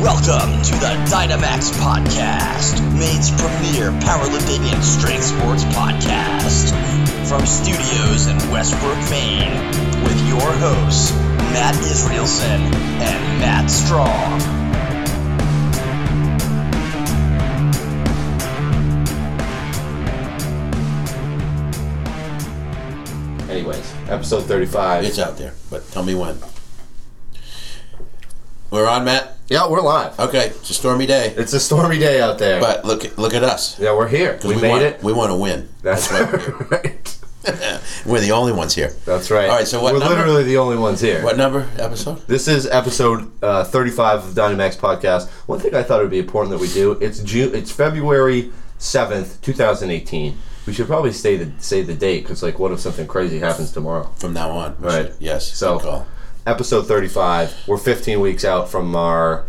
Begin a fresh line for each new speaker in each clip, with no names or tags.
Welcome to the Dynamax Podcast, Maine's premier powerlifting and strength sports podcast. From studios in Westbrook, Maine, with your hosts, Matt Israelson and Matt Strong.
Anyways, episode 35.
It's out there, but tell me when. We're on, Matt.
yeah, we're live.
Okay, it's a stormy day,
It's a stormy day out there.
but look at look at us.
yeah, we're here.
'Cause
We, made
want,
it.
We want to win.
That's right.
We're the only ones here.
That's right.
All right, so what
We're
number?
literally the only ones here.
What number episode?
This is episode uh, 35 of the Dynamax podcast. One thing I thought it would be important that we do, it's June it's February 7th, 2018. We should probably say the say the date cuz like what if something crazy happens tomorrow?
From now on. we
Right.
should- Yes.
So,
good call.
episode 35. We're 15 weeks out from our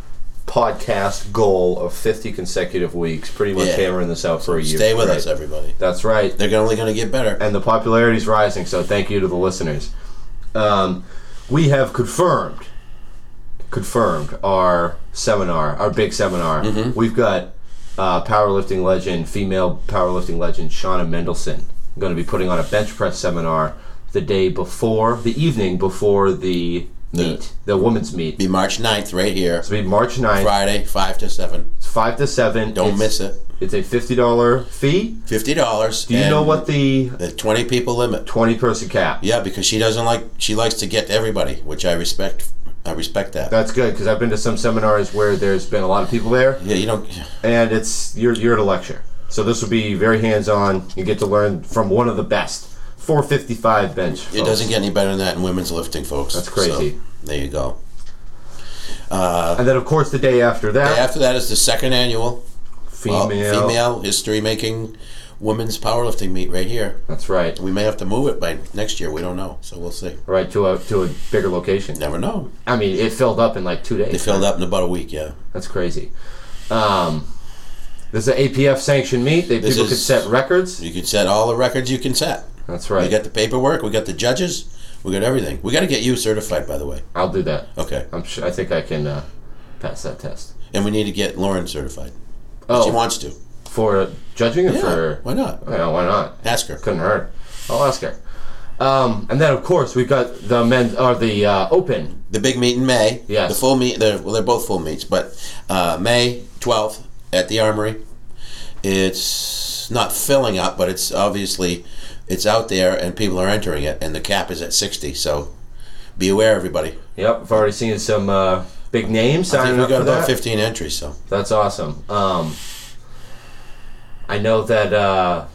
podcast goal of 50 consecutive weeks. Pretty much
Yeah.
hammering this out for a year.
Stay with
Right.
us, everybody.
That's right.
They're only going to get better.
And the popularity is rising, so thank you to the listeners. Um, we have confirmed, confirmed our seminar, our big seminar.
Mm-hmm.
We've got uh, powerlifting legend, female powerlifting legend, Shauna Mendelson, going to be putting on a bench press seminar the day before, the evening before the meet, the women's meet.
Be March 9th, right here,
It's going to be March 9th,
Friday, five to seven.
It's 5 to 7.
Don't
It's-
miss it.
It's a $50 fee.
Fifty dollars.
Do you know what the
The twenty people limit.
20 person cap?
Yeah, because she doesn't like. She likes to get to everybody, which I respect. I respect that.
That's good because I've been to some seminars where there's been a lot of people there,
yeah, you don't.
and it's you're you're at a lecture. So this will be very hands-on. You get to learn from one of the best. 455 bench.
It doesn't get any better than that in women's lifting, folks. That's
crazy.
there you go.
And then of course the day after that,
After that is the second annual uh,
female.
female history making women's powerlifting meet right here.
That's right.
We may have to move it by next year. We don't know, so we'll see.
Right to a to a bigger location.
Never know.
I mean, it filled up in like two
It
days.
filled up in about a week. Yeah,
That's crazy. Um, this is an APF sanctioned meet. They, people
is-
could set records.
you can set all the records you can set.
That's
We
right.
got the paperwork. We got the judges. We got everything. We got to get you certified, by the way.
I'll do that.
Okay,
I'm sure. I think I can uh, pass that test.
and we need to get Lauren certified. She
Oh,
wants to.
for judging or
Yeah,
for
why not?
Yeah, why not?
Ask her.
Couldn't hurt. I'll ask her. Um, and then, of course, we've got the men or the uh, open.
the big meet in May.
Yes.
The full meet. They're, well, they're both full meets, but uh, May twelfth at the Armory. It's not filling up, but it's obviously it's out there, and people are entering it, and the cap is at sixty. So be aware, everybody.
Yep, I've already seen some uh, big names
I think
signing
we
up
got
for
about
that.
fifteen entries. So
That's awesome. Um, I know that uh,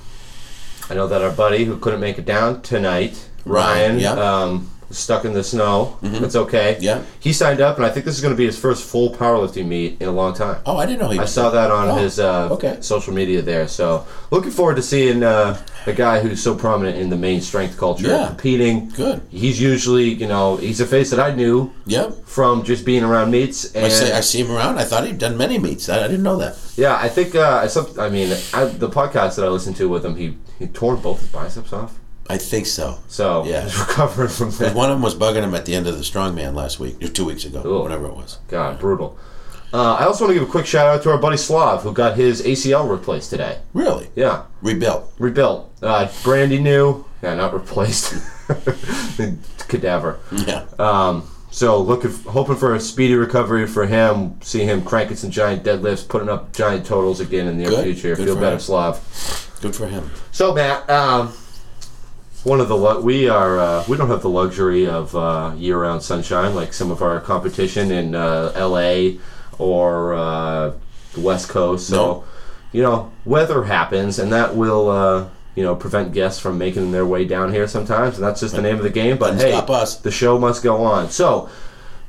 I know that our buddy who couldn't make it down tonight,
Ryan,
Ryan,
yeah. Mm-hmm.
um, was stuck in the snow. It's okay.
Yeah.
he signed up, and I think this is going to be his first full powerlifting meet in a long time.
oh, I didn't know he.
I saw that on
Oh,
his uh,
okay.
social media there. So looking forward to seeing uh, a guy who's so prominent in the main strength culture
Yeah.
competing.
Good.
He's usually, you know, he's a face that I knew
Yeah.
from just being around meets. And
I see, I see him around. I thought he'd done many meets. I, I didn't know that.
yeah, I think uh, I, sub- I mean I, the podcast that I listened to with him, he he torn both his biceps off.
I think so.
So
Yeah.
he's recovering from that.
One of them was bugging him at the end of the strongman last week, or two weeks ago,
Ooh.
whatever it was.
God, brutal. Uh, I also want to give a quick shout out to our buddy Slav who got his ACL replaced today.
Really?
Yeah.
Rebuilt.
rebuilt, uh, brandy new, yeah, not replaced, cadaver.
Yeah.
Um, so looking, hoping for a speedy recovery for him. See him cranking some giant deadlifts, putting up giant totals again in the near
Good,
future.
good
Feel
for
better,
him.
Slav.
Good for him.
So Matt, um, one of the lu- we are uh, we don't have the luxury of uh, year-round sunshine like some of our competition in uh, L.A. or uh, the West Coast. So
No.
you know, weather happens, and that will uh, you know prevent guests from making their way down here sometimes, and that's just the name of the game. But
Doesn't
hey,
stop us.
the show must go on. So,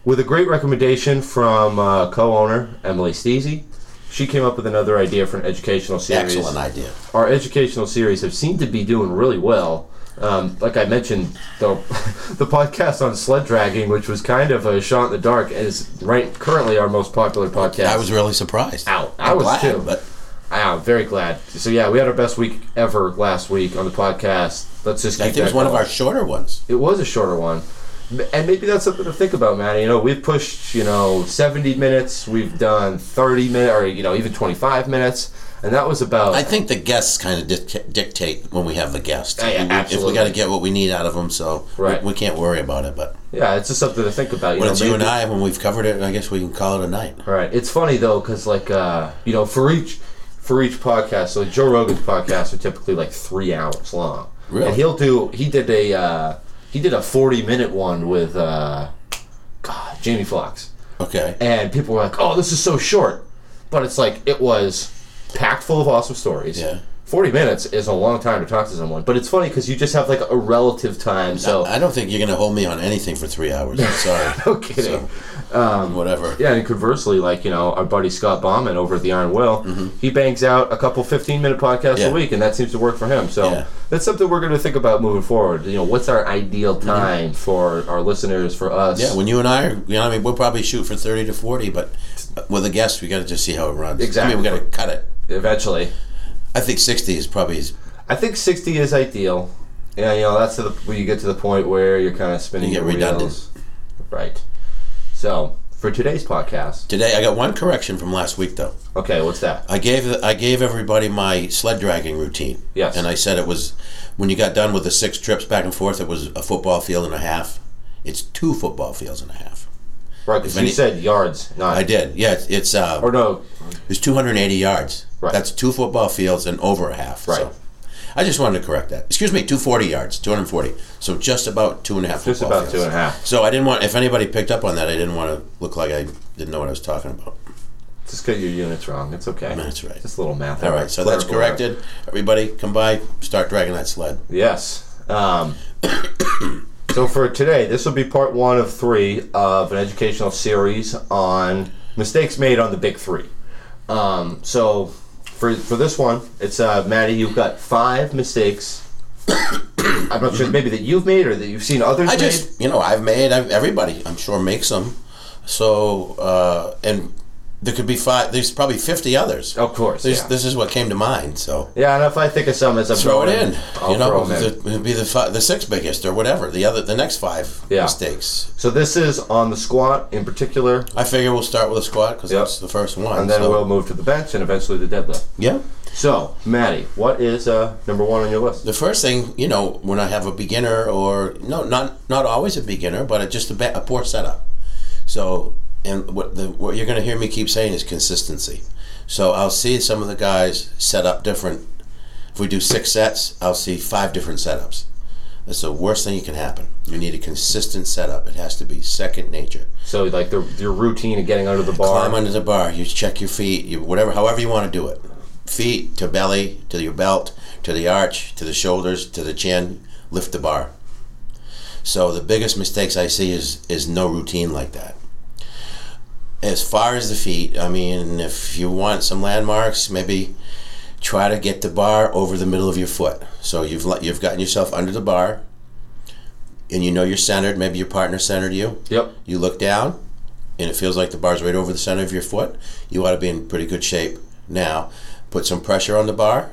with a great recommendation from uh, co-owner Emily Steezy, she came up with another idea for an educational series.
Excellent idea.
Our educational series have seemed to be doing really well. Um, like I mentioned, the the podcast on sled dragging, which was kind of a shot in the dark, is right currently our most popular podcast.
I was really surprised.
out. I was
glad,
too.
But
I'm very glad. So yeah, we had our best week ever last week on the podcast. Let's just
I
keep
think it was
that
one of
going.
our shorter ones.
It was a shorter one. and maybe that's something to think about, man. You know, we've pushed, you know, 70 minutes, we've done 30 minutes, or, you know, even 25 minutes, and that was about.
I think the guests kind of dic- dictate when we have the guest.
Yeah, yeah,
If we- If
absolutely.
we got to get what we need out of them, so we-
Right.
we, can't worry about it. But
yeah, it's just something to think about. You
when
know,
it's you and
maybe-
I, when we've covered it, I guess we can call it a night.
All right. It's funny though, because like uh, you know, for each for each podcast, so Joe Rogan's podcasts are typically like three hours long.
Really?
And he'll do. He did a uh, he did a forty minute one with uh, God Jamie Foxx,
Okay.
and people were like, "Oh, this is so short," but it's like it was packed full of awesome stories.
Yeah.
40 minutes is a long time to talk to someone, but it's funny because you just have like a relative time. So,
I don't think you're going to hold me on anything for three hours. I'm sorry.
no kidding. Um,
Whatever.
Yeah, and conversely, like you know, our buddy Scott Bauman over at the Iron Will, he bangs out a couple fifteen-minute podcasts
Mm-hmm. Yeah.
a week, and that seems to work for him. So
Yeah.
that's something we're going to think about moving forward. You know, what's our ideal time for our listeners, for us?
Mm-hmm. Yeah, when you and I, are, you know, I mean, we'll probably shoot for thirty to forty, but with a guest, we got to just see how it runs. I
Exactly.
mean, we got to cut it.
eventually.
I think sixty is probably is-
I think sixty is ideal. Yeah, you know, that's to the, where you get to the point where you're kind of spinning
You get
your
redundant.
wheels. Right. So for today's podcast,
today. I got one correction from last week though.
okay, what's that?
I gave I gave everybody my sled dragging routine.
Yes.
and I said it was when you got done with the six trips back and forth. It was a football field and a half. It's two football fields and a half.
Right, because
If
you
any-
said yards, not
I did. Yeah, it's, it's uh,
or no,
It's 280 yards.
Right.
That's two football fields and over a half.
Right.
So I just wanted to correct that. Excuse me, 240 yards, 240. So just about two and a half
Just
football
about two
fields.
and a half.
So I didn't want, if anybody picked up on that, I didn't want to look like I didn't know what I was talking about.
just get your units wrong. It's okay.
That's right.
Just a little math.
All right, so that's
Clever.
corrected. Everybody, come by, start dragging that sled.
Yes. Um, so for today, this will be part one of three of an educational series on mistakes made on the big three. Um, so for for this one, it's uh, Maddie. You've got five mistakes. I'm not sure, maybe that you've made or that you've seen others
I
made.
just, you know, I've made, I've, everybody, I'm sure, makes them. So, uh, and there could be five, there's probably 50 others.
of course.
This,
yeah.
this is what came to mind, so.
yeah, and if I think of some as I'm
throw it
going,
in.
I'll
you know,
throw 'em in.
the, it'd be the fi- the sixth biggest or whatever. The other, the next five
Yeah.
mistakes.
So this is on the squat in particular,
I figure we'll start with a squat because
Yep.
that's the first one.
and then
so-
we'll move to the bench and eventually the deadlift.
yeah.
So, Maddie, what is uh, number one on your list?
The first thing you know when I have a beginner or no, not not always a beginner, but it just a, ba- a poor setup. So and what the what you're going to hear me keep saying is consistency. So I'll see some of the guys set up different. If we do six sets, I'll see five different setups. That's the worst thing that can happen. You need a consistent setup. It has to be second nature.
So like the, your routine of getting under the bar.
climb under the bar. You check your feet. You whatever, however you want to do it. Feet to belly to your belt to the arch to the shoulders to the chin. Lift the bar. So the biggest mistakes I see is is no routine like that. As far as the feet, I mean, if you want some landmarks, maybe try to get the bar over the middle of your foot. So you've let- you've gotten yourself under the bar, and you know you're centered. Maybe your partner centered you.
Yep.
You look down, and it feels like the bar's right over the center of your foot. You ought to be in pretty good shape now. Put some pressure on the bar,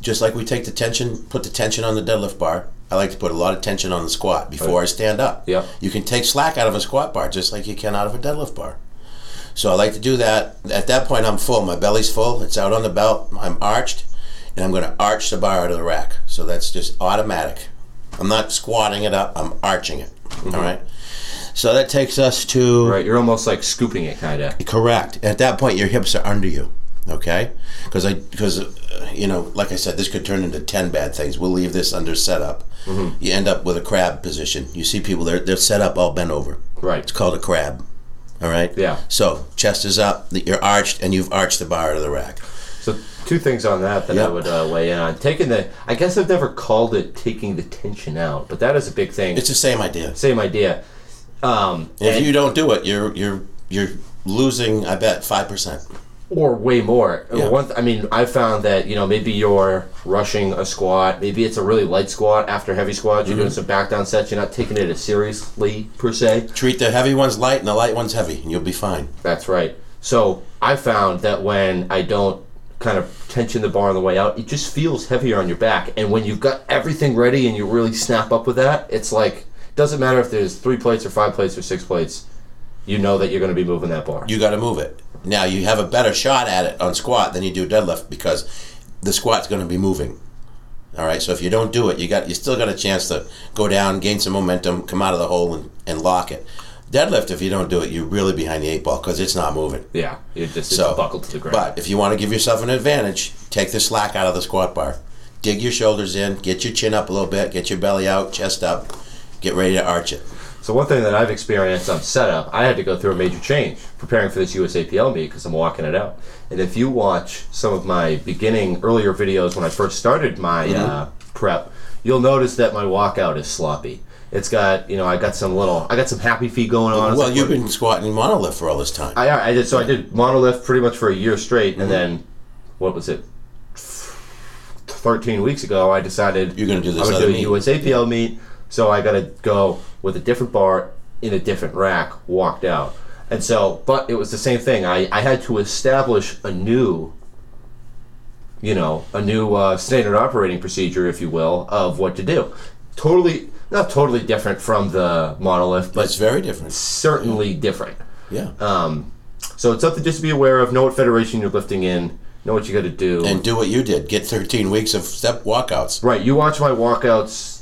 just like we take the tension, put the tension on the deadlift bar. I like to put a lot of tension on the squat before I stand up.
Yep.
You can take slack out of a squat bar just like you can out of a deadlift bar. So I like to do that. At that point, I'm full. My belly's full. It's out on the belt. I'm arched, and I'm going to arch the bar out of the rack. So that's just automatic. I'm not squatting it up. I'm arching it. All right. So that takes us to
Right. You're almost like scooping it, kind of.
Correct. At that point, your hips are under you. Okay, because I because uh, you know, like I said, this could turn into ten bad things. We'll leave this under setup. You end up with a crab position. You see people they're they're set up all bent over.
Right.
It's called a crab. All right.
Yeah.
So chest is up. that You're arched, and you've arched the bar out of the rack.
So two things on that that
Yep.
I would uh, weigh in on. Taking the, I guess I've never called it taking the tension out, but that is a big thing.
It's the same idea.
Same idea. Um,
If you don't do it, you're you're you're losing. I bet five percent.
or way more.
Yeah.
One, th- I mean, I found that you know maybe you're rushing a squat, maybe it's a really light squat after heavy squats.
Mm-hmm.
You're doing some back down sets. You're not taking it as seriously per se.
Treat the heavy ones light and the light ones heavy, and you'll be fine.
That's right. So I found that when I don't kind of tension the bar on the way out, it just feels heavier on your back. And when you've got everything ready and you really snap up with that, it's like Doesn't matter if there's three plates or five plates or six plates. You know that you're going to be moving that bar.
you got to move it. Now you have a better shot at it on squat than you do deadlift because the squat's going to be moving. All right, so if you don't do it, you got you still got a chance to go down, gain some momentum, come out of the hole, and, and lock it. Deadlift, if you don't do it, you're really behind the eight ball because it's not moving.
yeah, you're just
So,
it's buckled to the ground.
But if you want to give yourself an advantage, take the slack out of the squat bar. Dig your shoulders in, get your chin up a little bit, get your belly out, chest up, get ready to arch it.
So one thing that I've experienced on setup, I had to go through a major change preparing for this USAPL meet because I'm walking it out. And if you watch some of my beginning earlier videos when I first started my uh, prep, you'll notice that my walkout is sloppy. It's got you know I got some little I got some happy feet going on. It's
Well,
like,
you've been squatting monolift for all this time.
I, I did so I did monolift pretty much for a year straight, and
Mm-hmm.
then what was it? Thirteen weeks ago, I decided
You're gonna do this
I'm
other
gonna do
meet.
a USAPL meet, so I gotta go with a different bar in a different rack. Walked out, and so but it was the same thing. I I had to establish a new. You know, a new uh, standard operating procedure, if you will, of what to do. Totally, not totally different from the monolith, but
It's very different.
certainly different.
Yeah.
Um, So it's something just to be aware of. Know what federation you're lifting in. Know what you got to do.
and do what you did. Get 13 weeks of step walkouts.
right, you watch my walkouts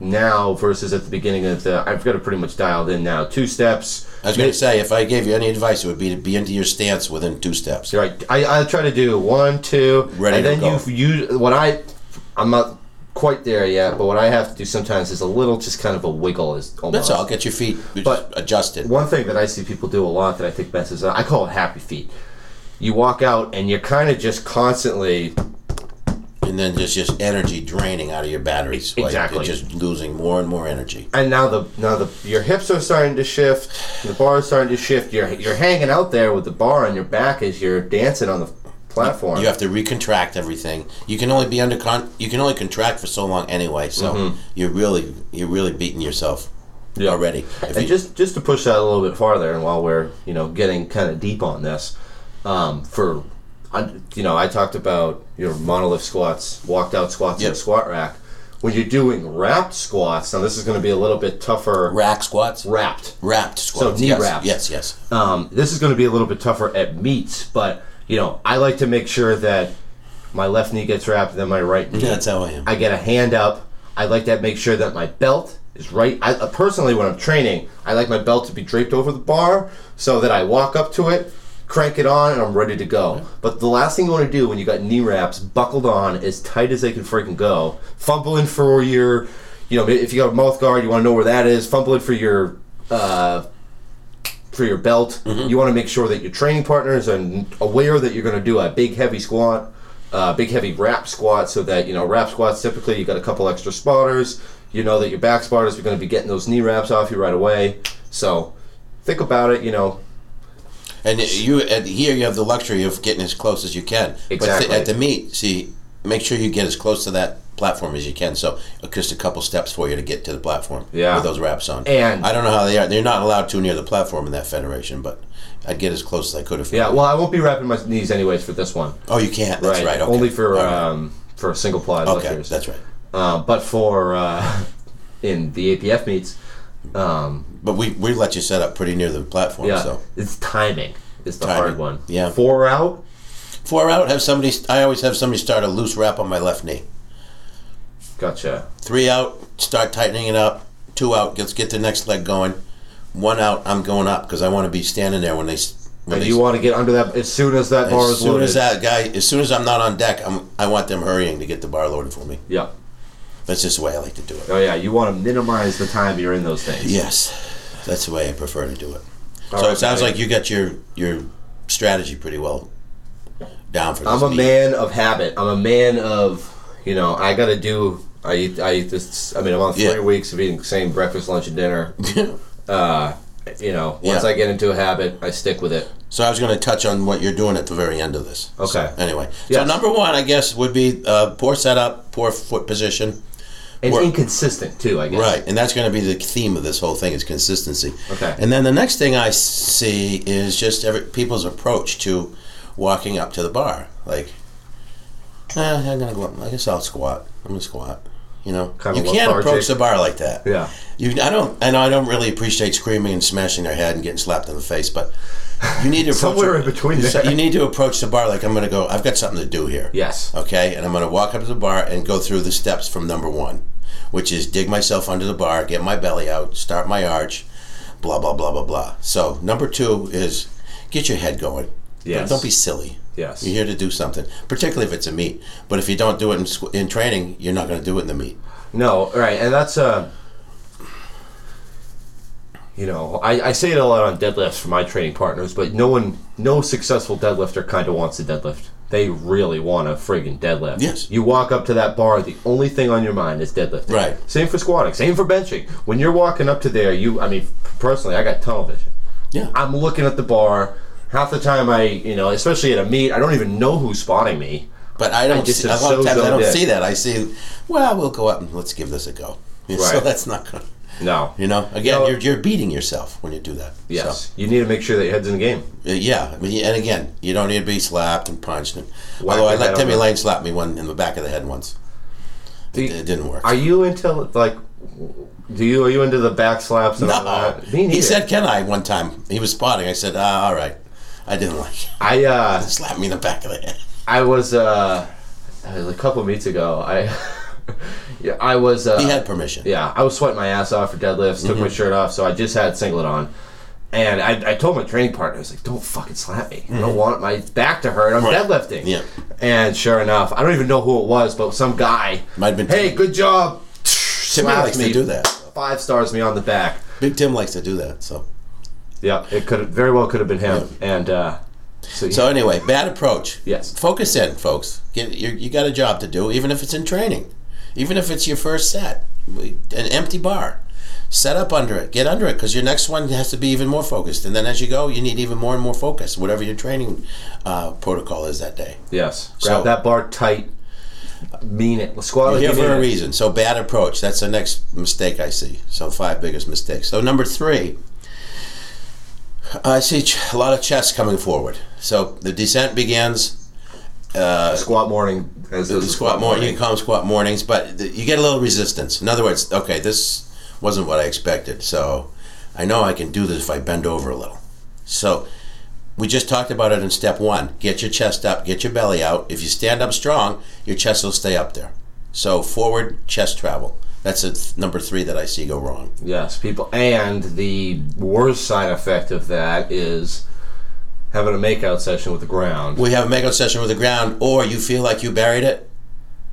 now versus at the beginning of the. I've got it pretty much dialed in now. Two steps.
I was going to say, if I gave you any advice, it would be to be into your stance within two steps.
Right, I, I try to do one, two,
Ready
and
to
then
go.
you you what I I'm not quite there yet, but what I have to do sometimes is a little just kind of a wiggle is almost.
That's all. Get your feet
But-
adjusted.
One thing that I see people do a lot that I think messes up, I call it happy feet. You walk out and you're kind of just constantly
And then there's just energy draining out of your batteries.
Exactly.
Like you're just losing more and more energy.
and now the now the your hips are starting to shift, the bar is starting to shift. You're you're hanging out there with the bar on your back as you're dancing on the platform.
You have to recontract everything. You can only be under con- you can only contract for so long anyway. So
Mm-hmm.
you're really you're really beating yourself already. If
And
you-
just just to push that a little bit farther, and while we're you know getting kind of deep on this, um, for I, you know I talked about your monolith squats, walked out squats in
Yep.
a squat rack. When you're doing wrapped squats, now this is going to be a little bit tougher.
rack squats,
Wrapped.
wrapped squats.
knee
yes,
wraps.
yes, yes.
Um, this is going to be a little bit tougher at meets, but you know, I like to make sure that my left knee gets wrapped, then my right knee.
That's how I am.
I get a hand up. I like to make sure that my belt is right. I, uh, personally, when I'm training, I like my belt to be draped over the bar so that I walk up to it, crank it on, and I'm ready to go. But the last thing you want to do when you got knee wraps buckled on as tight as they can freaking go, fumbling for your, you know, if you got a mouth guard, you want to know where that is, fumbling for your. Uh, for your belt.
Mm-hmm.
You want to make sure that your training partners are n- aware that you're going to do a big heavy squat, uh, big heavy wrap squat, so that you know wrap squats typically you got a couple extra spotters. You know that your back spotters are going to be getting those knee wraps off you right away. So think about it. You know,
And you and here you have the luxury of getting as close as you can. But th-
Exactly.
at the meet, see, make sure you get as close to that platform as you can. So uh, just a couple steps for you to get to the platform.
Yeah.
With those wraps on.
And-
I don't know how they are. They're not allowed too near the platform in that federation, but I'd get as close as I could if.
yeah. Well, I won't be wrapping my knees anyways for this one.
Oh, you can't. That's right. okay.
Only for
All right.
um, for single ply
okay.
lifters.
That's right.
Uh, but for uh, in the APF meets, um,
But we we let you set up pretty near the platform.
yeah,
So
it's timing. It's the hard
Timing,
one.
yeah.
Four out.
four out. Have somebody. I always have somebody start a loose wrap on my left knee.
Gotcha.
Three out, start tightening it up. Two out, let's get the next leg going. One out, I'm going up because I want to be standing there when they. s- When
And
they
you
s-
want to get under that as soon as that bar
as
is
soon
loaded.
as that guy, as soon as I'm not on deck, I'm, I want them hurrying to get the bar loaded for me.
Yeah.
That's just the way I like to do it.
Oh yeah. You want to minimize the time you're in those things.
Yes, that's the way I prefer to do it.
All
so
right,
it sounds
buddy.
like you got your your strategy pretty well down for this.
I'm a
meet.
man of habit. I'm a man of you know. I gotta do. I eat. I eat this. I mean, I'm on three
Yeah.
weeks of eating the same breakfast, lunch, and dinner. uh, you know, once
Yeah.
I get into a habit, I stick with it.
So I was going to touch on what you're doing at the very end of this.
Okay.
So anyway, so
Yes.
number one, I guess, would be uh, poor setup, poor foot position.
And
Work.
inconsistent too. I guess.
Right, and that's going to be the theme of this whole thing is consistency.
Okay.
And then the next thing I see is just every people's approach to walking up to the bar. Like, "Eh, I'm going to go up. I guess I'll squat. I'm going to squat. You know,
Kinda
you can't
lethargic.
approach the bar like that.
Yeah.
You, I don't, and I don't really appreciate screaming and smashing their head and getting slapped in the face, but you need to approach
Somewhere in between
You,
there.
you need to approach the bar like I'm going to go. I've got something to do here.
Yes.
Okay, and I'm going to walk up to the bar and go through the steps from number one, which is dig myself under the bar, get my belly out, start my arch, blah blah blah blah blah. So number two is get your head going.
Yes.
Don't, don't be silly.
Yes.
You're here to do something, particularly if it's a meet. But if you don't do it in, squ- in training, you're not going to do it in the meet.
No, right, and that's uh you know, I, I say it a lot on deadlifts for my training partners, but no one, no successful deadlifter kind of wants to deadlift. They really want a friggin' deadlift.
Yes.
You walk up to that bar, the only thing on your mind is deadlifting.
Right.
Same for squatting. Same for benching. When you're walking up to there, you, I mean, personally, I got tunnel vision.
Yeah.
I'm looking at the bar. Half the time, I, you know, especially at a meet, I don't even know who's spotting me.
But I don't.
just
see, a
am
lot
so
of times I
zoned
don't
in.
see that. I see. Well, we'll go up and let's give this a go. So
Right.
that's not gonna.
No.
You know, again,
No.
you're you're beating yourself when you do that.
Yes. You need to make sure that your head's in the game.
So, uh, yeah. I mean, and again, you don't need to be slapped and punched. And,
Whack
although I
your head
let
on
Timmy
the-
Lane slap me one in the back of the head once. It,
The-
it didn't work.
Are you into like? Do you are you into the back slaps and all
no.
that?
He
neither.
said, "Can I?" One time he was spotting. I said, ah, "All right." I didn't like. It.
I uh,
Slap me in the back of the head.
I was uh, a couple meets ago. I yeah, I was uh,
He had Mm-hmm. permission.
yeah, I was sweating my ass off for deadlifts. Took my shirt off, so I just had singlet on. And I, I told my training partner, I was like, "Don't fucking slap me. I don't want my back to hurt. I'm
Mm-hmm. Right.
deadlifting."
Yeah.
And sure enough, I don't even know who it was, but some guy.
Might have been
Hey,
Tim.
good job.
Timmy
Slapped
likes to do that.
Five stars me on the back.
Big Tim likes to do that. So.
Yeah, it could very well could have been him. And uh, so,
So anyway, bad approach.
Yes.
Focus in, folks. Get you, you got a job to do, even if it's in training, even if it's your first set, an empty bar. Set up under it. Get under it because your next one has to be even more focused. And then as you go, you need even more and more focus. Whatever your training uh, protocol is that day.
yes, grab
So-
that bar tight. Mean it. Squat like
Here
you mean
for a
it.
reason. So bad approach. That's the next mistake I see. So five biggest mistakes. So number three, I see ch- a lot of chest coming forward. So the descent begins.
Squat morning. As
the squat morning. You can call them squat mornings, but th- you get a little resistance. In other words, okay, this wasn't what I expected, so I know I can do this if I bend over a little. So we just talked about it in step one. Get your chest up, get your belly out. If you stand up strong, your chest will stay up there. So forward chest travel. That's a th- number three that I see go wrong.
Yes, people. And the worst side effect of that is having a makeout session with the ground.
We have a makeout session with the ground, or you feel like you buried it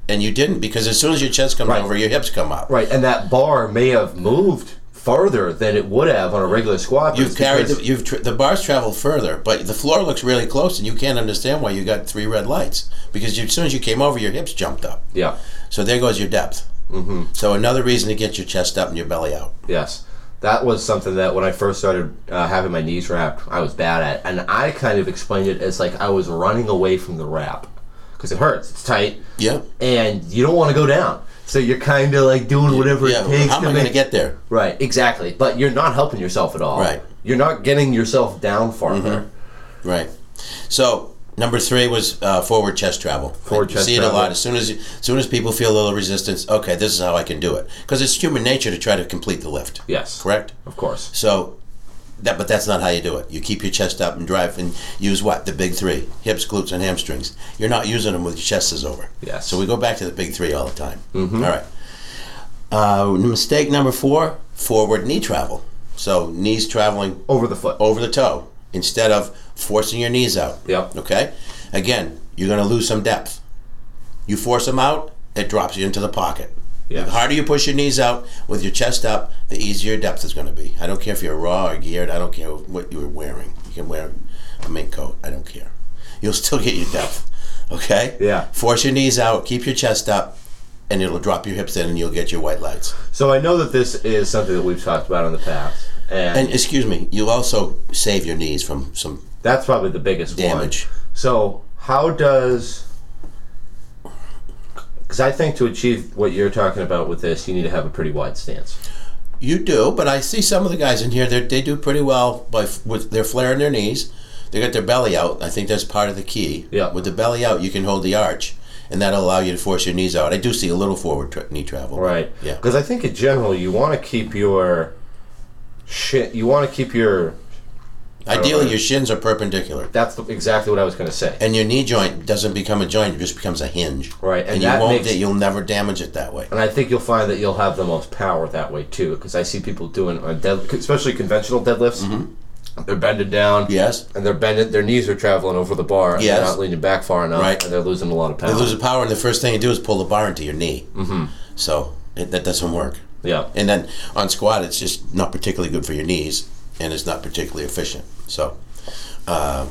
and you didn't because as soon as your chest comes over, your hips come up.
Right, and that bar may have moved farther than it would have on a regular squat. but
You've
it's
carried
because-
the, you've tr the bars travel further, but the floor looks really close, and you can't understand why you got three red lights because you, as soon as you came over, your hips jumped up.
yeah.
So there goes your depth. Mm-hmm. So another reason to get your chest up and your belly out.
Yes. That was something that when I first started uh, having my knees wrapped, I was bad at. And I kind of explained it as like I was running away from the wrap because it hurts, it's tight,
Yeah.
and you don't want to go down. So you're kind of like doing whatever
Yeah.
it takes
How am
to
I
make
going to get there?
Right, exactly. But you're not helping yourself at all.
Right. Mm-hmm.
You're not getting yourself down farther.
Right. So number three was uh, forward chest travel.
Forward
you
chest
see it a
travel.
lot. As soon as you, as soon as people feel a little resistance, okay, this is how I can do it because it's human nature to try to complete the lift.
Yes.
Correct.
Of course.
So that, but that's not how you do it. You keep your chest up and drive, and use what the big three: hips, glutes, and hamstrings. You're not using them with your chest is over.
Yes.
So we go back to the big three all the time. All right. Uh, mistake number four: forward knee travel. So knees traveling
Over the foot.
over the toe instead of forcing your knees out.
Yep.
Okay. Again, you're going to lose some depth. You force them out, it drops you into the pocket.
Yes.
The harder you push your knees out with your chest up, the easier your depth is going to be. I don't care if you're raw or geared. I don't care what you're wearing. You can wear a mink coat. I don't care. You'll still get your depth. Okay.
Yeah.
Force your knees out. Keep your chest up, and it'll drop your hips in, and you'll get your white lights.
So I know that this is something that we've talked about in the past. And,
And excuse me, you'll also save your knees from some
that's probably the biggest
damage.
one. So how does. Because I think to achieve what you're talking about with this, you need to have a pretty wide stance.
You do, but I see some of the guys in here. They they do pretty well by f- with they're flaring their knees. They got their belly out. I think that's part of the key.
Yeah.
With the belly out, you can hold the arch, and that'll allow you to force your knees out. I do see a little forward tra- knee travel.
Right.
Yeah.
Because I think in general you want to keep your shit. You want to keep your.
Ideally,
know.
your shins are perpendicular,
That's the, exactly what I was going to say.
and your knee joint doesn't become a joint; it just becomes a hinge.
Right, and
and, you
that
won't.
makes-
you'll never damage it that way.
And I think you'll find that you'll have the most power that way too. Because I see people doing on dead, especially conventional deadlifts.
Mm-hmm.
They're bending down.
Yes.
And they're bending. Their knees are traveling over the bar. And
Yes.
They're not leaning back far enough.
Right.
And they're losing a lot of power.
You lose the power, and the first thing you do is pull the bar into your knee. Mm-hmm. So it, that doesn't work.
yeah.
And then on squat, it's just not particularly good for your knees, and it's not particularly efficient. So, uh,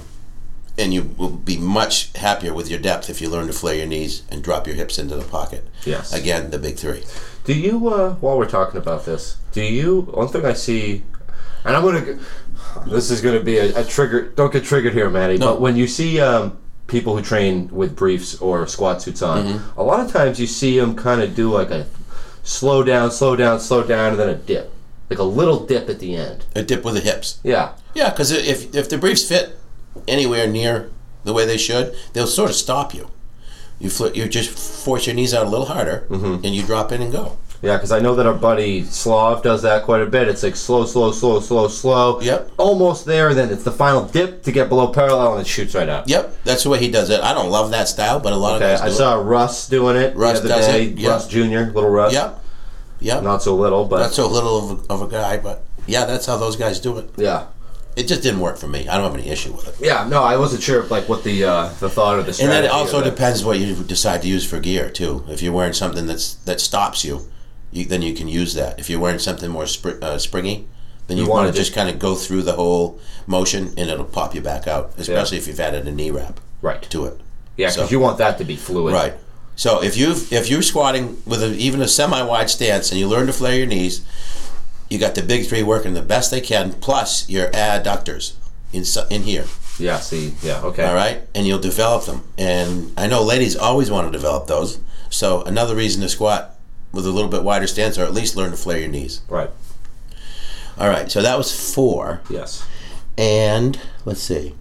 and you will be much happier with your depth if you learn to flare your knees and drop your hips into the pocket.
Yes.
Again, the big three.
Do you, uh, while we're talking about this, do you, one thing I see, and I'm going to, this is going to be a, a trigger, don't get triggered here, Maddie, but when you see um, people who train with briefs or squat suits on, a lot of times you see them kind of do like a slow down, slow down, slow down, and then a dip. Like a little dip at the end.
A dip with the hips.
Yeah.
Yeah, because if, if the briefs fit anywhere near the way they should, they'll sort of stop you. You, fl- you just force your knees out a little harder,
Mm-hmm.
and you drop in and go.
Yeah, because I know that our buddy Slav does that quite a bit. It's like slow, slow, slow, slow, slow.
Yep.
Almost there, then it's the final dip to get below parallel and it shoots right up.
Yep, that's the way he does it. I don't love that style, but a lot
Okay,
of guys do
I
it.
saw Russ doing it
Russ
the other
does
day.
it, yeah.
Russ Junior, little Russ.
Yep, yep.
Not so little, but
not so little of a, of a guy, but yeah, that's how those guys do it.
yeah,
It just didn't work for me. I don't have any issue with it.
yeah. No, I wasn't sure like what the uh, the thought of the
And
strategy.
then it also
of it.
depends what you decide to use for gear too. If you're wearing something that's that stops you, you then you can use that. If you're wearing something more spr- uh, springy, then you,
You wanna
want to
just-
just kind of go through the whole motion, and it'll pop you back out. Especially if you've added a knee wrap
right.
to it.
Yeah, because
so-
you want that to be fluid.
Right. So if you if you're squatting with a, even a semi-wide stance and you learn to flare your knees, you got the big three working the best they can. Plus your adductors in so- in here.
Yeah. See. Yeah. Okay.
All right, and you'll develop them. And I know ladies always want to develop those. So another reason to squat with a little bit wider stance, or at least learn to flare your knees.
Right.
All right. So that was four.
Yes.
And let's see.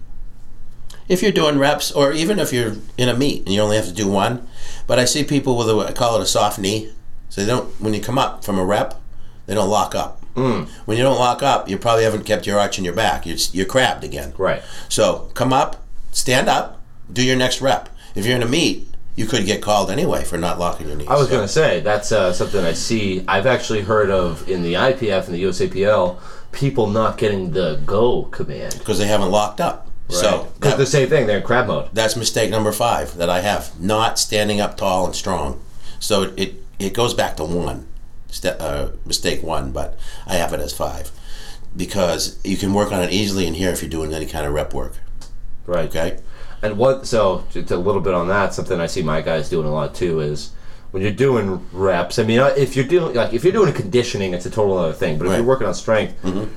If you're doing reps, or even if you're in a meet and you only have to do one, but I see people with a, I call it a soft knee. So they don't, when you come up from a rep, they don't lock up. Mm. When you don't lock up, you probably haven't kept your arch in your back. You're, you're crabbed again.
Right.
So come up, stand up, do your next rep. If you're in a meet, you could get called anyway for not locking your knees.
I was going to say that's uh, something I see. I've actually heard of in the IPF and the USAPL people not getting the go command.
Because they haven't locked up. So
because
that,
the same thing. They're in crab mode.
that's mistake number five that I have not standing up tall and strong. So it it, it goes back to one step uh, mistake one, but I have it as five because you can work on it easily in here if you're doing any kind of rep work.
Right.
Okay,
And what? So just a little bit on that. Something I see my guys doing a lot too is when you're doing reps. I mean, uh, if you're doing like if you're doing conditioning, it's a total other thing. But if you're
Right. Mm-hmm.
working on strength,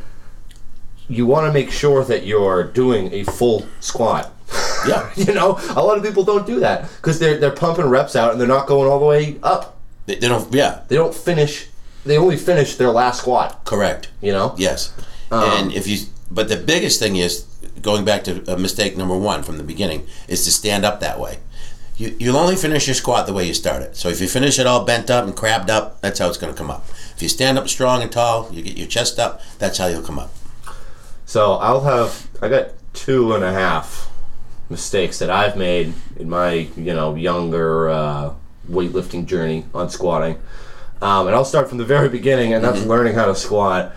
you want to make sure that you're doing a full squat.
yeah,
you know, a lot of people don't do that because they're they're pumping reps out and they're not going all the way up.
they, they don't. Yeah,
They don't finish. They only finish their last squat.
correct.
You know.
Yes, and if you but the biggest thing is going back to uh, mistake number one from the beginning is to stand up that way. You, you'll only finish your squat the way you start it. So if you finish it all bent up and crabbed up, that's how it's going to come up. If you stand up strong and tall, you get your chest up. That's how you'll come up.
So I'll have I got two and a half mistakes that I've made in my you know younger uh, weightlifting journey on squatting, um, and I'll start from the very beginning, and that's
Mm-hmm.
learning how to squat.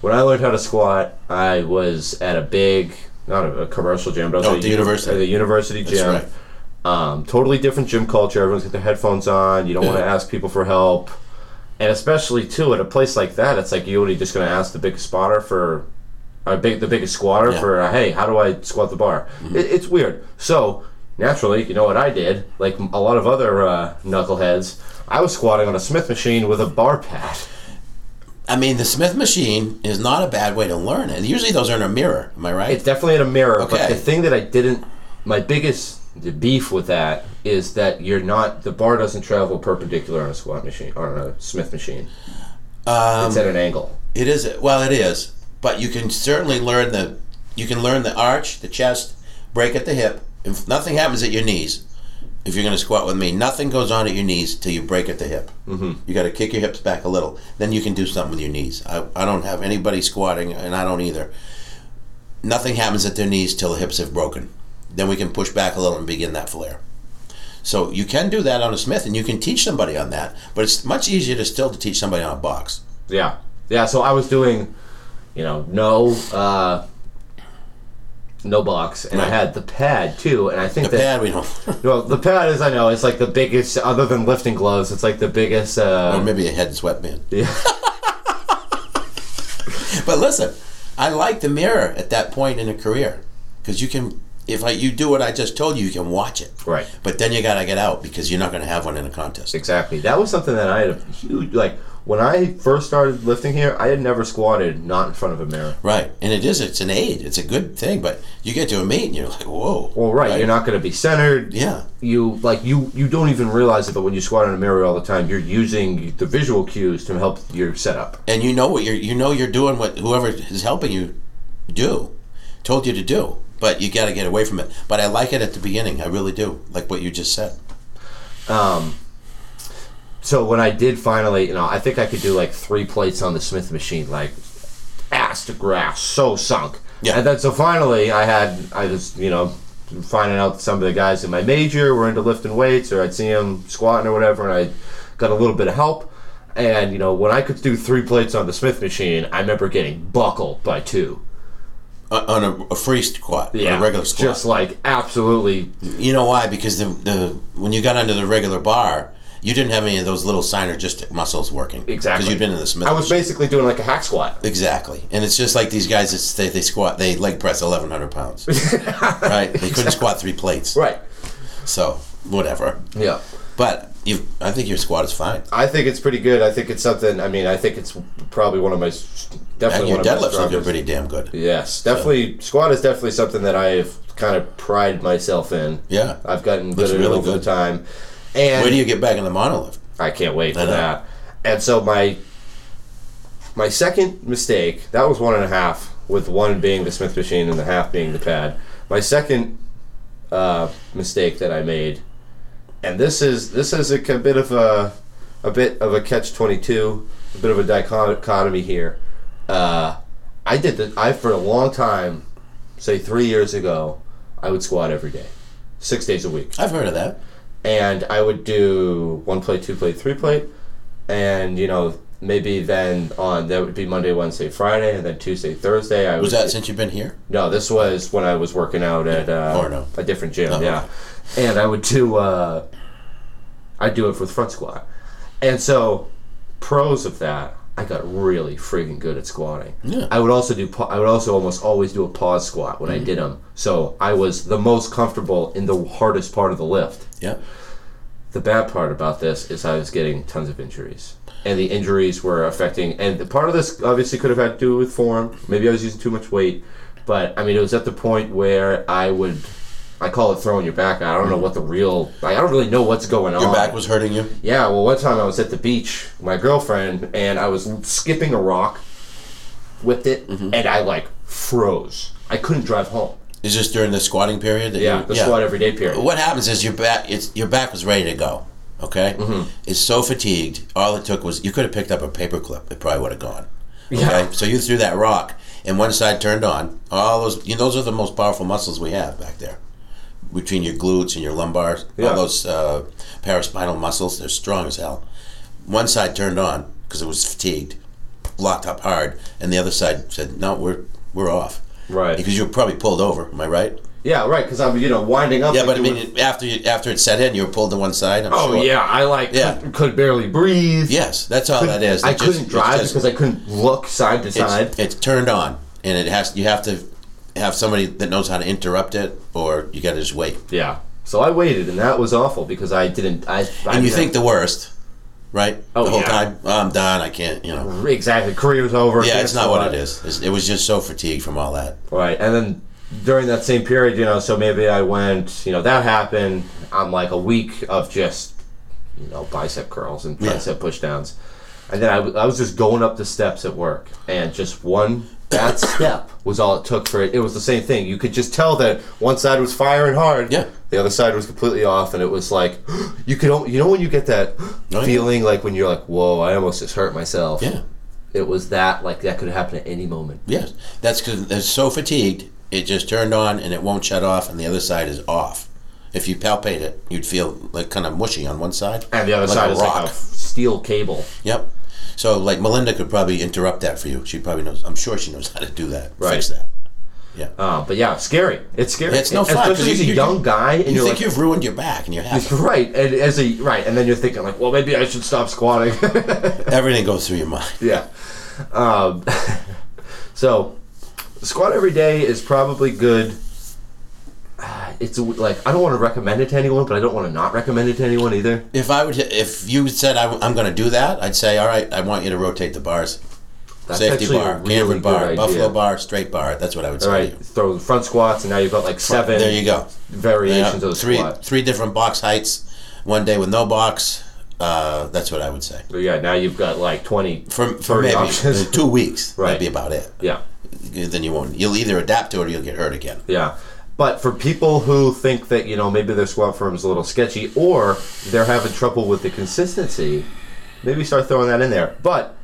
When I learned how to squat, I was at a big not a, a commercial gym, but I was
No,
at a
Oh, the
uni-
university.
at a university gym.
right.
Um, totally different gym culture. Everyone's got their headphones on. You don't want to
Yeah.
ask people for help. And especially too at a place like that, it's like you're only just going to ask the biggest spotter for, or big the biggest squatter
Yeah. Mm-hmm.
for, uh, hey, how do I squat the bar? It, it's weird. So naturally, you know what I did? Like m- a lot of other uh, knuckleheads, I was squatting on a Smith machine with a bar pad.
I mean, the Smith machine is not a bad way to learn it. Usually those are in a mirror. Am I right?
It's definitely in a mirror. But
Okay.
the thing that I didn't, my biggest beef with that is that you're not the bar doesn't travel perpendicular on a squat machine on a Smith machine.
Um,
it's at an angle.
It is well, it is, but you can certainly learn the you can learn the arch, the chest, break at the hip. If nothing happens at your knees, if you're going to squat with me, nothing goes on at your knees till you break at the hip. Mm-hmm. You got to kick your hips back a little. Then you can do something with your knees. I, I don't have anybody squatting, and I don't either. Nothing happens at their knees till the hips have broken. Then we can push back a little and begin that flare. So you can do that on a Smith, and you can teach somebody on that. But it's much easier to still to teach somebody on a box.
Yeah. Yeah, so I was doing, you know, no uh no box and I
Right.
had the pad too and I think
The
that
pad we don't,
well the pad is I know it's like the biggest other than lifting gloves it's like the biggest
or
uh
maybe a head sweatband.
yeah.
But listen, I like the mirror at that point in a career because you can, if I, you do what I just told you, you can watch it.
Right.
But then you gotta get out because you're not gonna have one in a contest.
Exactly. That was something that I had a huge like when I first started lifting here, I had never squatted not in front of a mirror.
Right. And it is. It's an aid. It's a good thing. But you get to a meet and you're like, whoa.
Well, right, you're not going to be centered.
Yeah.
You like you you don't even realize it, but when you squat in a mirror all the time, you're using the visual cues to help your setup.
And you know what you're. You know you're doing what whoever is helping you do, told you to do. But you gotta get away from it. But I like it at the beginning. I really do. Like what you just said.
So when I did finally, you know, I think I could do like three plates on the Smith machine, like ass to grass, so sunk.
Yeah.
And then so finally, I had I was you know finding out some of the guys in my major were into lifting weights, or I'd see them squatting or whatever, and I got a little bit of help. And you know when I could do three plates on the Smith machine, I remember getting buckled by two.
On- On a, a free squat, yeah, a regular squat.
Just like absolutely
You know why? Because the, the when you got under the regular bar, you didn't have any of those little synergistic muscles working.
Exactly.
Because you'd been in the Smith.
I was basically doing like a hack squat.
exactly, and it's just like these guys that they, they squat, they leg press eleven hundred pounds, right? They couldn't squat three plates,
Right.
so whatever.
Yeah.
But you, I think your squat is fine.
I think it's pretty good. I think it's something. I mean, I think it's probably one of my s-
And
definitely
your
one of my
deadlifts are
strongest.
pretty damn good.
yes, definitely. Squat is definitely something that I've kind of pride myself in.
Yeah.
I've gotten good
Looks
at it
really
over
good.
the time. And
Where do you get back in the monolift?
I can't wait for
know.
that. And so my my second mistake that was one and a half, with one being the Smith machine and the half being the pad. My second uh, mistake that I made, and this is this is a, ca- bit of a a bit of a catch twenty two, a bit of a dichotomy here. Uh, I did the I for a long time, say three years ago, I would squat every day, six days a week
I've heard of that.
and I would do one plate, two plate, three plate, and you know maybe then on that would be Monday, Wednesday, Friday, and then Tuesday, Thursday. I
Was
would,
that since you've been here?
no? This was when I was working out at uh,
Orno.
a different gym,
Oh,
yeah, and I would do uh, I do it with front squat, and so pros of that. I got really freaking good at squatting.
Yeah. Mm-hmm.
I would also do. pa- I would also almost always do a pause squat when I did them. So I was the most comfortable in the hardest part of the lift.
Yeah.
The bad part about this is I was getting tons of injuries. And the injuries were affecting, and the part of this obviously could have had to do with form. Maybe I was using too much weight, but I mean, it was at the point where I would, I call it throwing your back. out. I don't know what the real, like, I don't really know what's going on.
Your back was hurting you.
Yeah, well, one time I was at the beach, with my girlfriend, and I was skipping a rock, whipped it,
Mm-hmm.
and I like froze. I couldn't drive home.
Is this during the squatting period? That
Yeah,
you,
the squat everyday period.
What happens is your back it's your back was ready to go. Okay,
Mm-hmm.
it's so fatigued. All it took was you could have picked up a paperclip. It probably would have gone. Okay,
Yeah.
so you threw that rock, and one side turned on. All those you know, those are the most powerful muscles we have back there, between your glutes and your lumbar.
Yeah.
All those uh, paraspinal muscles, they're strong as hell. One side turned on because it was fatigued, locked up hard, and the other side said, "No, we're we're off."
Right.
Because you were probably pulled over. Am I right?
Yeah, right, because I'm, you know, winding up.
Yeah,
like
but I
doing-
mean, it- after you, after it set in, you were pulled to one side. I'm
Oh
sure.
yeah, I like
Yeah.
could, could barely breathe.
Yes, that's all that is.
I
It just-
couldn't
it's
drive
just-
because I couldn't look side to side.
it's, it's turned on, and it has. You have to have somebody that knows how to interrupt it, or you got to just wait.
Yeah. So I waited, and that was awful because I didn't. I, I
And you think the worst, right?
Oh,
the whole
yeah.
time, "Oh, I'm done. I can't. You know.
exactly career's over.
Yeah, it's
can't
not what it
survive.
is. It's, it was just so fatigued from all that.
Right, and then during that same period, you know, so maybe I went, you know, that happened. I'm like a week of just, you know, bicep curls and
Yeah.
tricep pushdowns, and then I, w- I was just going up the steps at work, and just one that step was all it took for it. It was the same thing. You could just tell that one side was firing hard.
Yeah.
The other side was completely off, and it was like you could. al- You know when you get that
Oh, yeah.
feeling like when you're like, "Whoa, I almost just hurt myself."
Yeah.
It was that like that could happen at any moment.
Yes, that's because they're so fatigued, it just turned on and it won't shut off, and the other side is off. If you palpate it, you'd feel like kind of mushy on one side,
And the other
like
side
a
is
rock.
like a f- steel cable.
Yep. So like Melinda could probably interrupt that for you. She probably knows. I'm sure she knows how to do that.
Right.
Fix that. Yeah.
Uh, but yeah, scary. It's scary.
It's no fun, 'cause
Especially as
you-
a
you-
young guy, and
you
you are
think
like,
you've ruined your back and you're happy.
right, and as a right, and then you're thinking like, well, maybe I should stop squatting.
Everything goes through your mind.
yeah. Um, so, squat every day is probably good. Uh, It's a- like I don't want to recommend it to anyone, but I don't want to not recommend it to anyone either.
If I would, if you said I, am going to do that, I'd say, all right, I want you to rotate the bars.
That's
Safety
actually a
bar,
really
cambered
good
bar,
idea.
buffalo bar, straight bar. That's what I would say.
All
to
right,
you.
throw front squats, and now you've got like seven
There you go. Yeah,
variations of the
three
squat.
three different box heights. One day with no box. Uh, that's what I would say.
But yeah, now you've got like twenty.
For,
30
for maybe
options.
two weeks.
Right.
That'd be about it.
Yeah,
Then you won't. You'll either adapt to it or you'll get hurt again.
Yeah. But for people who think that, you know, maybe their squat form is a little sketchy or they're having trouble with the consistency, maybe start throwing that in there. But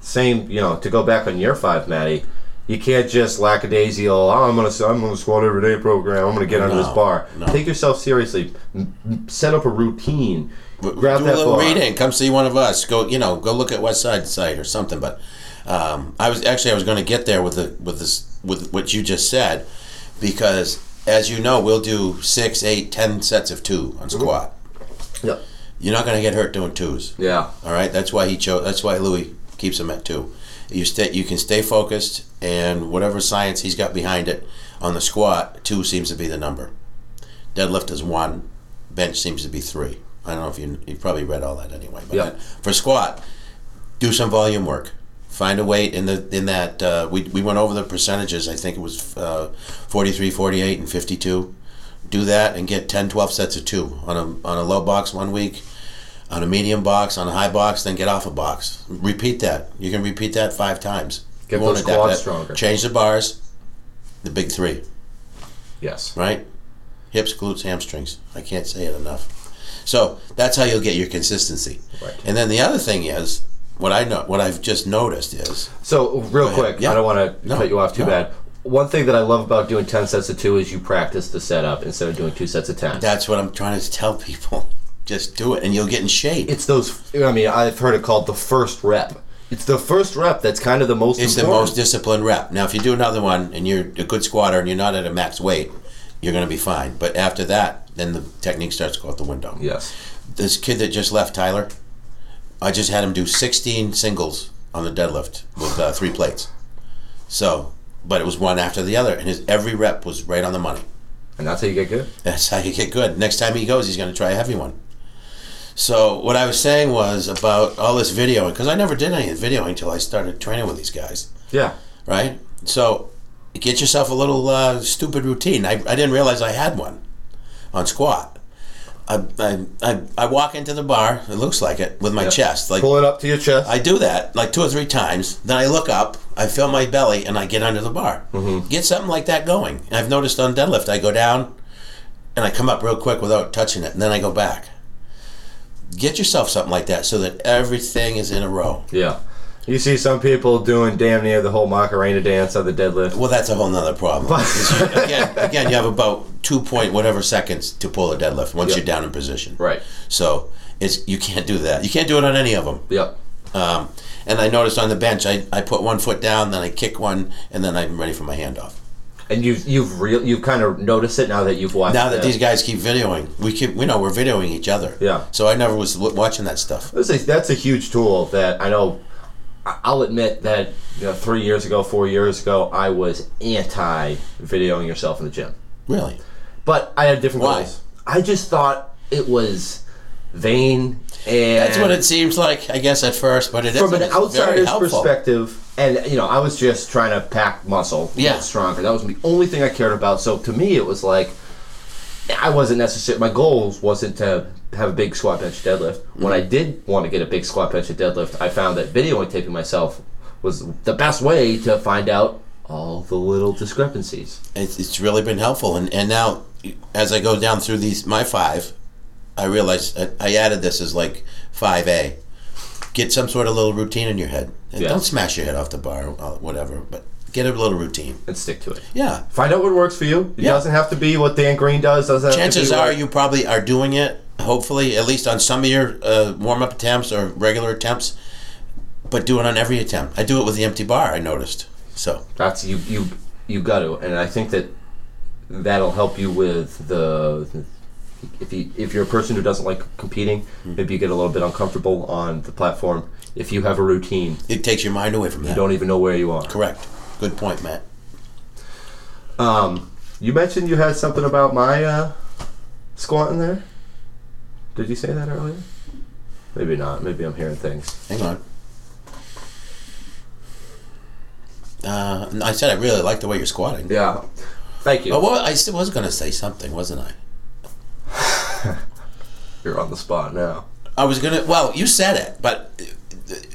same, you know, to go back on your five, Maddie, you can't just lackadaisical, oh, I'm going to I'm gonna squat every day program, I'm going to get under
No,
this bar.
no.
Take yourself seriously. M- m- set up a routine. Grab
do
that
a little
bar.
reading. Come see one of us. Go, you know, go look at West Side Site or something. But um, I was actually I was going to get there with the with this with what you just said, because as you know, we'll do six, eight, ten sets of two
Mm-hmm.
on squat.
Yep.
You're not going to get hurt doing twos.
Yeah.
All right. That's why he chose. That's why Louis keeps him at two. You stay. You can stay focused, and whatever science he's got behind it on the squat, two seems to be the number. Deadlift is one. Bench seems to be three. I don't know if you you probably read all that anyway. But
Yeah.
for squat, do some volume work. Find a weight in the in that uh, we we went over the percentages. I think it was uh, 43, 48, and 52. Do that and get 10, 12 sets of two on a on a low box one week, on a medium box, on a high box, then get off a box. Repeat that. You can repeat that five times.
Get
You won't
those
adapt
quads
that.
stronger.
Change the bars. The big three
Yes.
right? Hips, glutes, hamstrings. I can't say it enough. So that's how you'll get your consistency.
Right.
And then the other thing is what I know, what I've just noticed is
So, real
ahead.
quick,
Yeah.
I don't want to
No,
cut you off too
no.
bad. One thing that I love about doing 10 sets of 2 is you practice the setup instead of doing 2 sets of 10.
that's what I'm trying to tell people. Just do it, and you'll get in shape.
it's those. I mean, I've heard it called the first rep. It's the first rep that's kind of the most.
It's the most
important.
disciplined rep. Now, if you do another one and you're a good squatter and you're not at a max weight, you're going to be fine. But after that, then the technique starts to go out the window.
Yes.
This kid that just left, Tyler, I just had him do 16 singles on the deadlift with uh, three plates. So, but it was one after the other, and his every rep was right on the money.
And that's how you get good.
That's how you get good. Next time he goes, he's going to try a heavy one. So what I was saying was about all this videoing because I never did any videoing until I started training with these guys
Yeah.
right? So get yourself a little uh, stupid routine. I, I didn't realize I had one on squat. I, I, I, I walk into the bar, it looks like it, with my chest. Like
Pull it up to your chest.
I do that like two or three times. Then I look up, I feel my belly, and I get under the bar.
Mm-hmm.
Get something like that going. And I've noticed on deadlift, I go down and I come up real quick without touching it, and then I go back. Get yourself something like that so that everything is in a row.
yeah. You see some people doing damn near the whole Macarena dance on the deadlift.
Well, that's a whole nother problem. again, again, you have about two point whatever seconds to pull a deadlift once
Yep.
you're down in position.
Right.
So it's you can't do that. You can't do it on any of them.
Yep.
Um, and I noticed on the bench, I, I put one foot down, then I kick one, and then I'm ready for my handoff.
And you've you've real you've kind of noticed it now that you've watched.
Now that
the-
these guys keep videoing, we keep we know we're videoing each other.
Yeah.
So I never was w- watching that stuff.
That's a, that's a huge tool that I know. I- I'll admit that you know, three years ago, four years ago, I was anti videoing yourself in the gym.
Really.
But I had different
Why?
goals. I just thought it was vain and
That's what it seems like, I guess, at first, but it is
from an
it's very
outsider's
helpful.
perspective. And you know, I was just trying to pack muscle, get
Yeah.
stronger. That was the only thing I cared about. So to me, it was like I wasn't necessarily my goals wasn't to have a big squat bench deadlift. When
Mm-hmm.
I did want to get a big squat bench and deadlift, I found that videoing taping myself was the best way to find out all the little discrepancies.
it's, it's really been helpful. And, and now, as I go down through these, my five, I realize I, I added this as like 5A. Get some sort of little routine in your head. And
Yeah.
Don't smash your head off the bar or whatever, but get a little routine.
And stick to it.
Yeah.
Find out what works for you. It
Yeah.
doesn't have to be what Dan Green does. Doesn't have to be
Chances
what-
are you probably are doing it, hopefully, at least on some of your uh, warm up attempts or regular attempts, but do it on every attempt. I do it with the empty bar, I noticed. So,
that's you you you got to and i think that that'll help you with the if you if you're a person who doesn't like competing
Mm-hmm.
maybe you get a little bit uncomfortable on the platform if you have a routine
it takes your mind away from that.
you don't even know where you are
Correct. Good point, Matt.
you mentioned you had something about my uh squat in there did you say that earlier maybe not maybe i'm hearing things
Hang on. Uh, and I said I really like the way you're squatting.
yeah thank you
But Oh, what, I still was going to say something, wasn't I?
you're on the spot now
I was going to. Well, you said it, but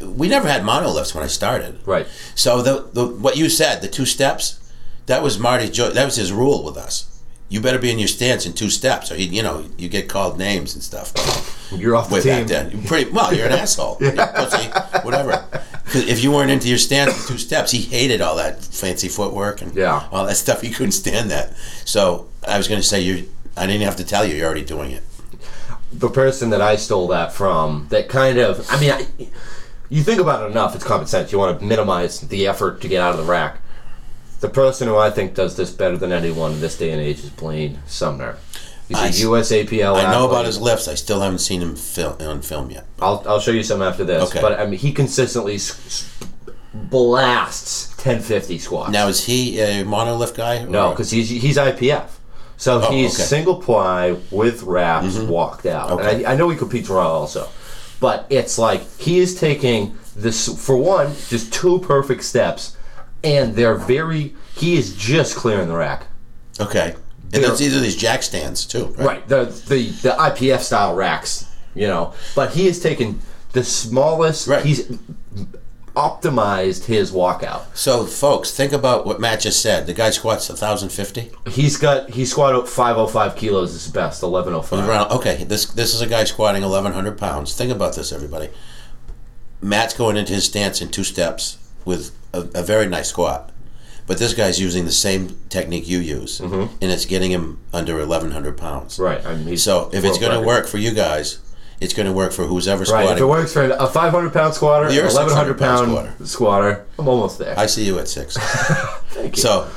uh, we never had monoliths when I started.
right
So the, the what you said, the two steps, that was Marty's. Jo- that was his rule with us. You better be in your stance in two steps, or you, you know you get called names and stuff.
you're off the
Way
team
back then, you pretty well. You're an asshole, you pussy, whatever. 'Cause if you weren't into your stance in two steps, he hated all that fancy footwork and
Yeah.
all that stuff. He couldn't stand that. So I was going to say you. I didn't have to tell you. You're already doing it.
the person that I stole that from that kind of I mean I, you think about it enough it's common sense you want to minimize the effort to get out of the rack the person who I think does this better than anyone in this day and age is Blaine Sumner he's a
I s-
USAPL
I know
athlete.
about his lifts. I still haven't seen him film on film yet.
I'll, I'll show you some after this
Okay.
but I mean he consistently s- s- blasts 1050 squats
Now is he a monolift guy?
no
or-
because he's he's IPF so
Oh,
he's
okay. Mm-hmm.
single ply with wraps walked out And
Okay.
I, I know he competes raw also, but it's like he is taking this for one, just two perfect steps, and they're very. He is just clearing the rack.
okay. And
They're-
that's either these jack stands too, right?
Right. The the the IPF style racks, you know. But he is taking the smallest.
Right.
He's optimized his walkout.
So, folks, think about what Matt just said. The guy squats 1,050.
He's got he squatted five oh five kilos is best eleven oh five.
Around, okay, this this is a guy squatting 1,100 pounds. Think about this, everybody. Matt's going into his stance in two steps with a, a very nice squat, but this guy's using the same technique you use, and it's getting him under 1,100 pounds.
Mm-hmm. Right. I mean, he's
So, if it's
world
going to
record.
work for you guys, it's going to work for whoe's ever
Right,
squatting.
if it works for a 500 pound squatter,
You're a
1100
600
pound
pound
squatter.
squatter.
I'm almost there.
I see you at six. So,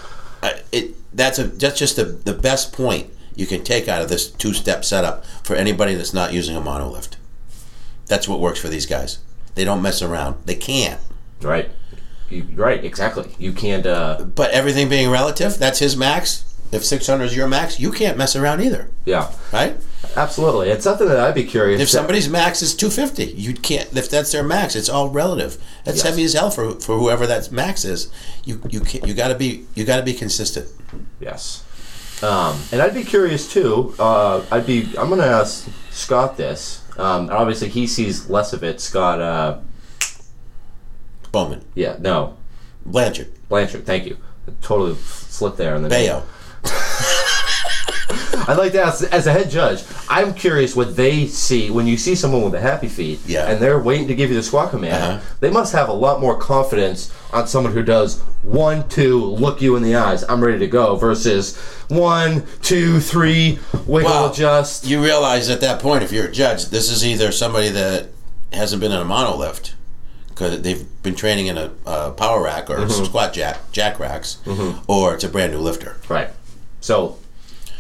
I it that's a that's just the the best point you can take out of this two step setup for anybody that's not using a monolift. That's what works for these guys. They don't mess around. They can't.
right. You, right, exactly. You can't, uh,
But everything being relative, that's his max. If six hundred is your max, you can't mess around either,
yeah,
right?
absolutely. It's something that I'd be curious.
If
to-
somebody's max is two fifty, you can't. If that's their max, it's all relative. That's
Yes.
heavy as hell for, for whoever that max is. You you can't, you gotta be you gotta be consistent.
Yes. Um, and I'd be curious too. Uh, I'd be. I'm gonna ask Scott this. Um, obviously, he sees less of it. Scott. Uh,
Bowman,
yeah. No.
Blanchard,
Blanchard. Thank you. Totally slipped there. And then
Bayo.
I'd like to ask, as a head judge, I'm curious what they see when you see someone with a happy feet,
Yeah.
and they're waiting to give you the squat command.
Uh-huh.
They must have a lot more confidence on someone who does one, two, look you in the eyes, I'm ready to go, versus one, two, three, wiggle,
Well,
adjust.
you realize at that point, if you're a judge, this is either somebody that hasn't been in a monolift because they've been training in a, uh power rack or
Mm-hmm.
squat jack jack racks, or it's a brand new lifter.
Right. So,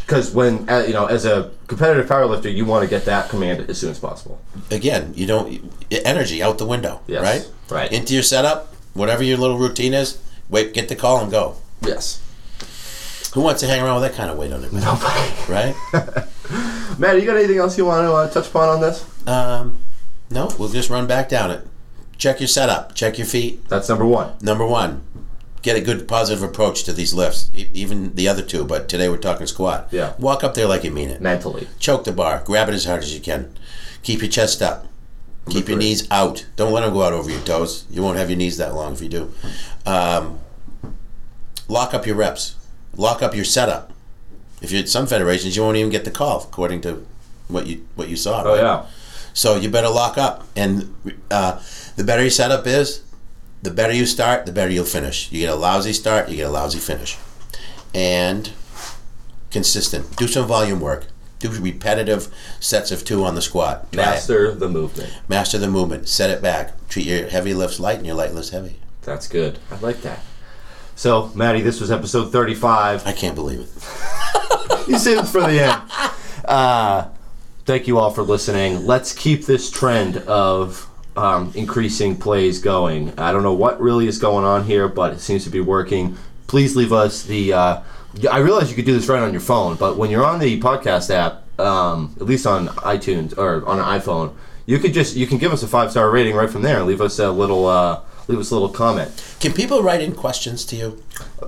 because when uh, you know, as a competitive powerlifter, you want to get that command as soon as possible.
Again, you don't energy out the window,
Yes,
right?
right.
Into your setup, whatever your little routine is. Wait, get the call and go.
Yes.
Who wants to hang around with that kind of weight on their back, right?
Matt, you got anything else you want to uh, touch upon on this?
um, no, we'll just run back down it. Check your setup. Check your feet.
That's number one.
Number one, get a good positive approach to these lifts, e- even the other two, but today we're talking squat.
Yeah.
Walk up there like you mean it.
Mentally.
Choke the bar, grab it as hard as you can. Keep your chest up. Keep your
three.
knees out. Don't let them go out over your toes. You won't have your knees that long if you do. Um, lock up your reps, lock up your setup. If you're at some federations, you won't even get the call, according to what you what you saw.
Oh
right?
yeah.
So you better lock up, and uh, the better your setup is, the better you start, the better you'll finish. You get a lousy start, you get a lousy finish, and consistent. Do some volume work. Do repetitive sets of two on the squat. Try it.
Master the movement.
Master the movement. Set it back. Treat your heavy lifts light and your light lifts heavy.
That's good. I like that. So, Maddie, this was episode 35.
I can't believe it.
You saved it for the end. Uh, thank you all for listening. Let's keep this trend of um, increasing plays going. I don't know what really is going on here, but it seems to be working. Please leave us the. Uh, I realize you could do this right on your phone, but when you're on the podcast app, um, at least on iTunes or on an iPhone, you could just you can give us a five star rating right from there and leave us a little uh, leave us a little comment.
Can people write in questions to you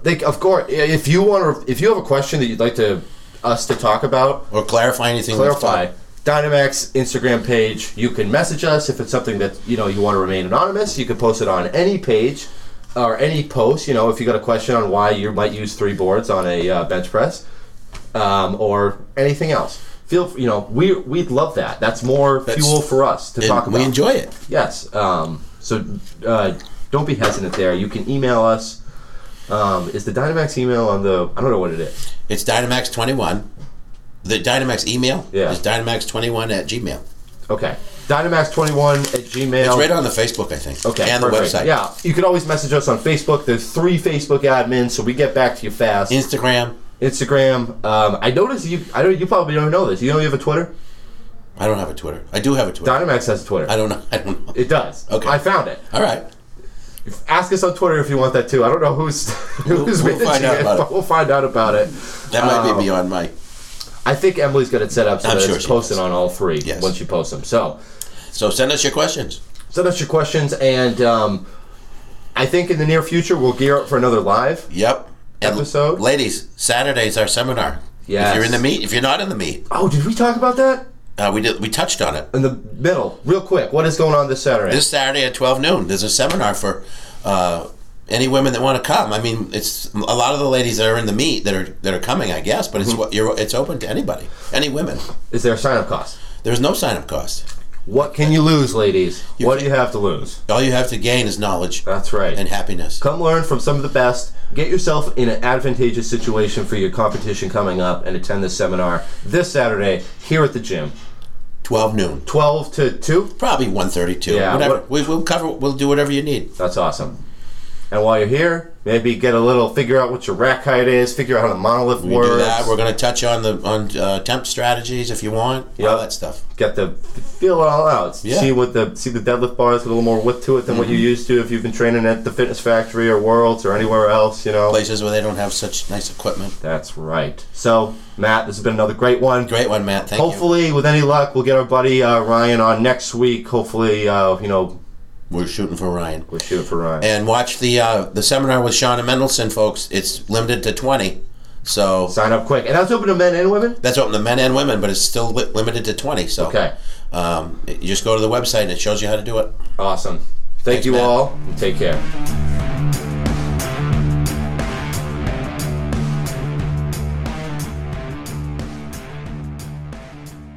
Like, of course, if you want to, if you have a question that you'd like to us to talk about,
or clarify anything? we've
clarify.
done?
Dynamax Instagram page. You can message us if it's something that you know you want to remain anonymous. You can post it on any page or any post. You know, if you got a question on why you might use three boards on a uh, bench press um, or anything else, feel you know we we'd love that. That's more fuel for us to
And
talk about.
we enjoy it.
Yes. Um, so uh, don't be hesitant there. You can email us. Um, is the Dynamax email on the? I don't know what it is.
It's Dynamax twenty one. The Dynamax email
Yeah.
is Dynamax twenty one at Gmail.
Okay. Dynamax21 at Gmail.
It's right on the Facebook, I think.
Oh. okay.
And the
perfect.
website.
Yeah. You can always message us on Facebook. There's three Facebook admins, so we get back to you fast.
Instagram.
Instagram. Um, I noticed you. I don't. You probably don't know this. You know you have a Twitter.
I don't have a Twitter. I do have a Twitter.
Dynamax has a Twitter.
I don't know. I don't know.
it does.
Okay.
I found it.
All right.
Ask us on Twitter if you want that too. I don't know who's who's
We'll-
managing
we'll find out
it,
about it.
but we'll find out about it.
That might
Um,
be beyond my.
I think Emily's got it set up so
I'm
that
sure
it's
she
posted
does.
on all three
Yes.
once you post them. So
So send us your questions.
send us your questions, and um, I think in the near future we'll gear up for another live.
Yep. And
Episode?
Ladies, Saturday's our seminar.
Yes.
If you're in the meet, if you're not in the meet,
Oh, did we talk about that
uh, we did. We touched on it.
in the middle, real quick? What is going on this Saturday?
This Saturday at twelve noon, there's a seminar for uh, any women that want to come. I mean, it's a lot of the ladies that are in the meet that are that are coming, I guess. But it's
Mm-hmm.
what you're. It's open to anybody, any women.
is there a sign up cost?
There's no sign up cost.
What can you lose, ladies? what do you have to lose?
All you have to gain is knowledge
That's right.
and happiness.
Come learn from some of the best. Get yourself in an advantageous situation for your competition coming up, and attend this seminar this Saturday here at the gym,
Twelve noon.
twelve to two.
Probably 132.
Yeah,
whatever.
what-
we, we'll cover. We'll do whatever you need.
That's awesome. And while you're here, maybe get a little, figure out what your rack height is, figure out how the monolith
We
works.
do that. We're going to touch on the on uh, temp strategies if you want.
Yep.
All that stuff.
get the feel it all out.
Yeah. Mm-hmm.
See what the see the deadlift bars with a little more width to it than what you're used to if you've been training at the Fitness Factory or Worlds or anywhere else. You know.
Places where they don't have such nice equipment.
That's right. So Matt, this has been another great one.
Great one, Matt. Thank
Hopefully, with any luck, we'll get our buddy uh, Ryan on next week. Hopefully, uh, you know
you. We're shooting for Ryan.
we'll shoot for Ryan.
And watch the uh, the seminar with Shauna Mendelson, folks. It's limited to 20. So
Sign up quick, and that's open to men and women.
that's open to men and women, but it's still li- limited to 20. So
Okay.
um, you just go to the website and it shows you how to do it.
Awesome. Thank
Thanks,
you
Matt.
all. Take care.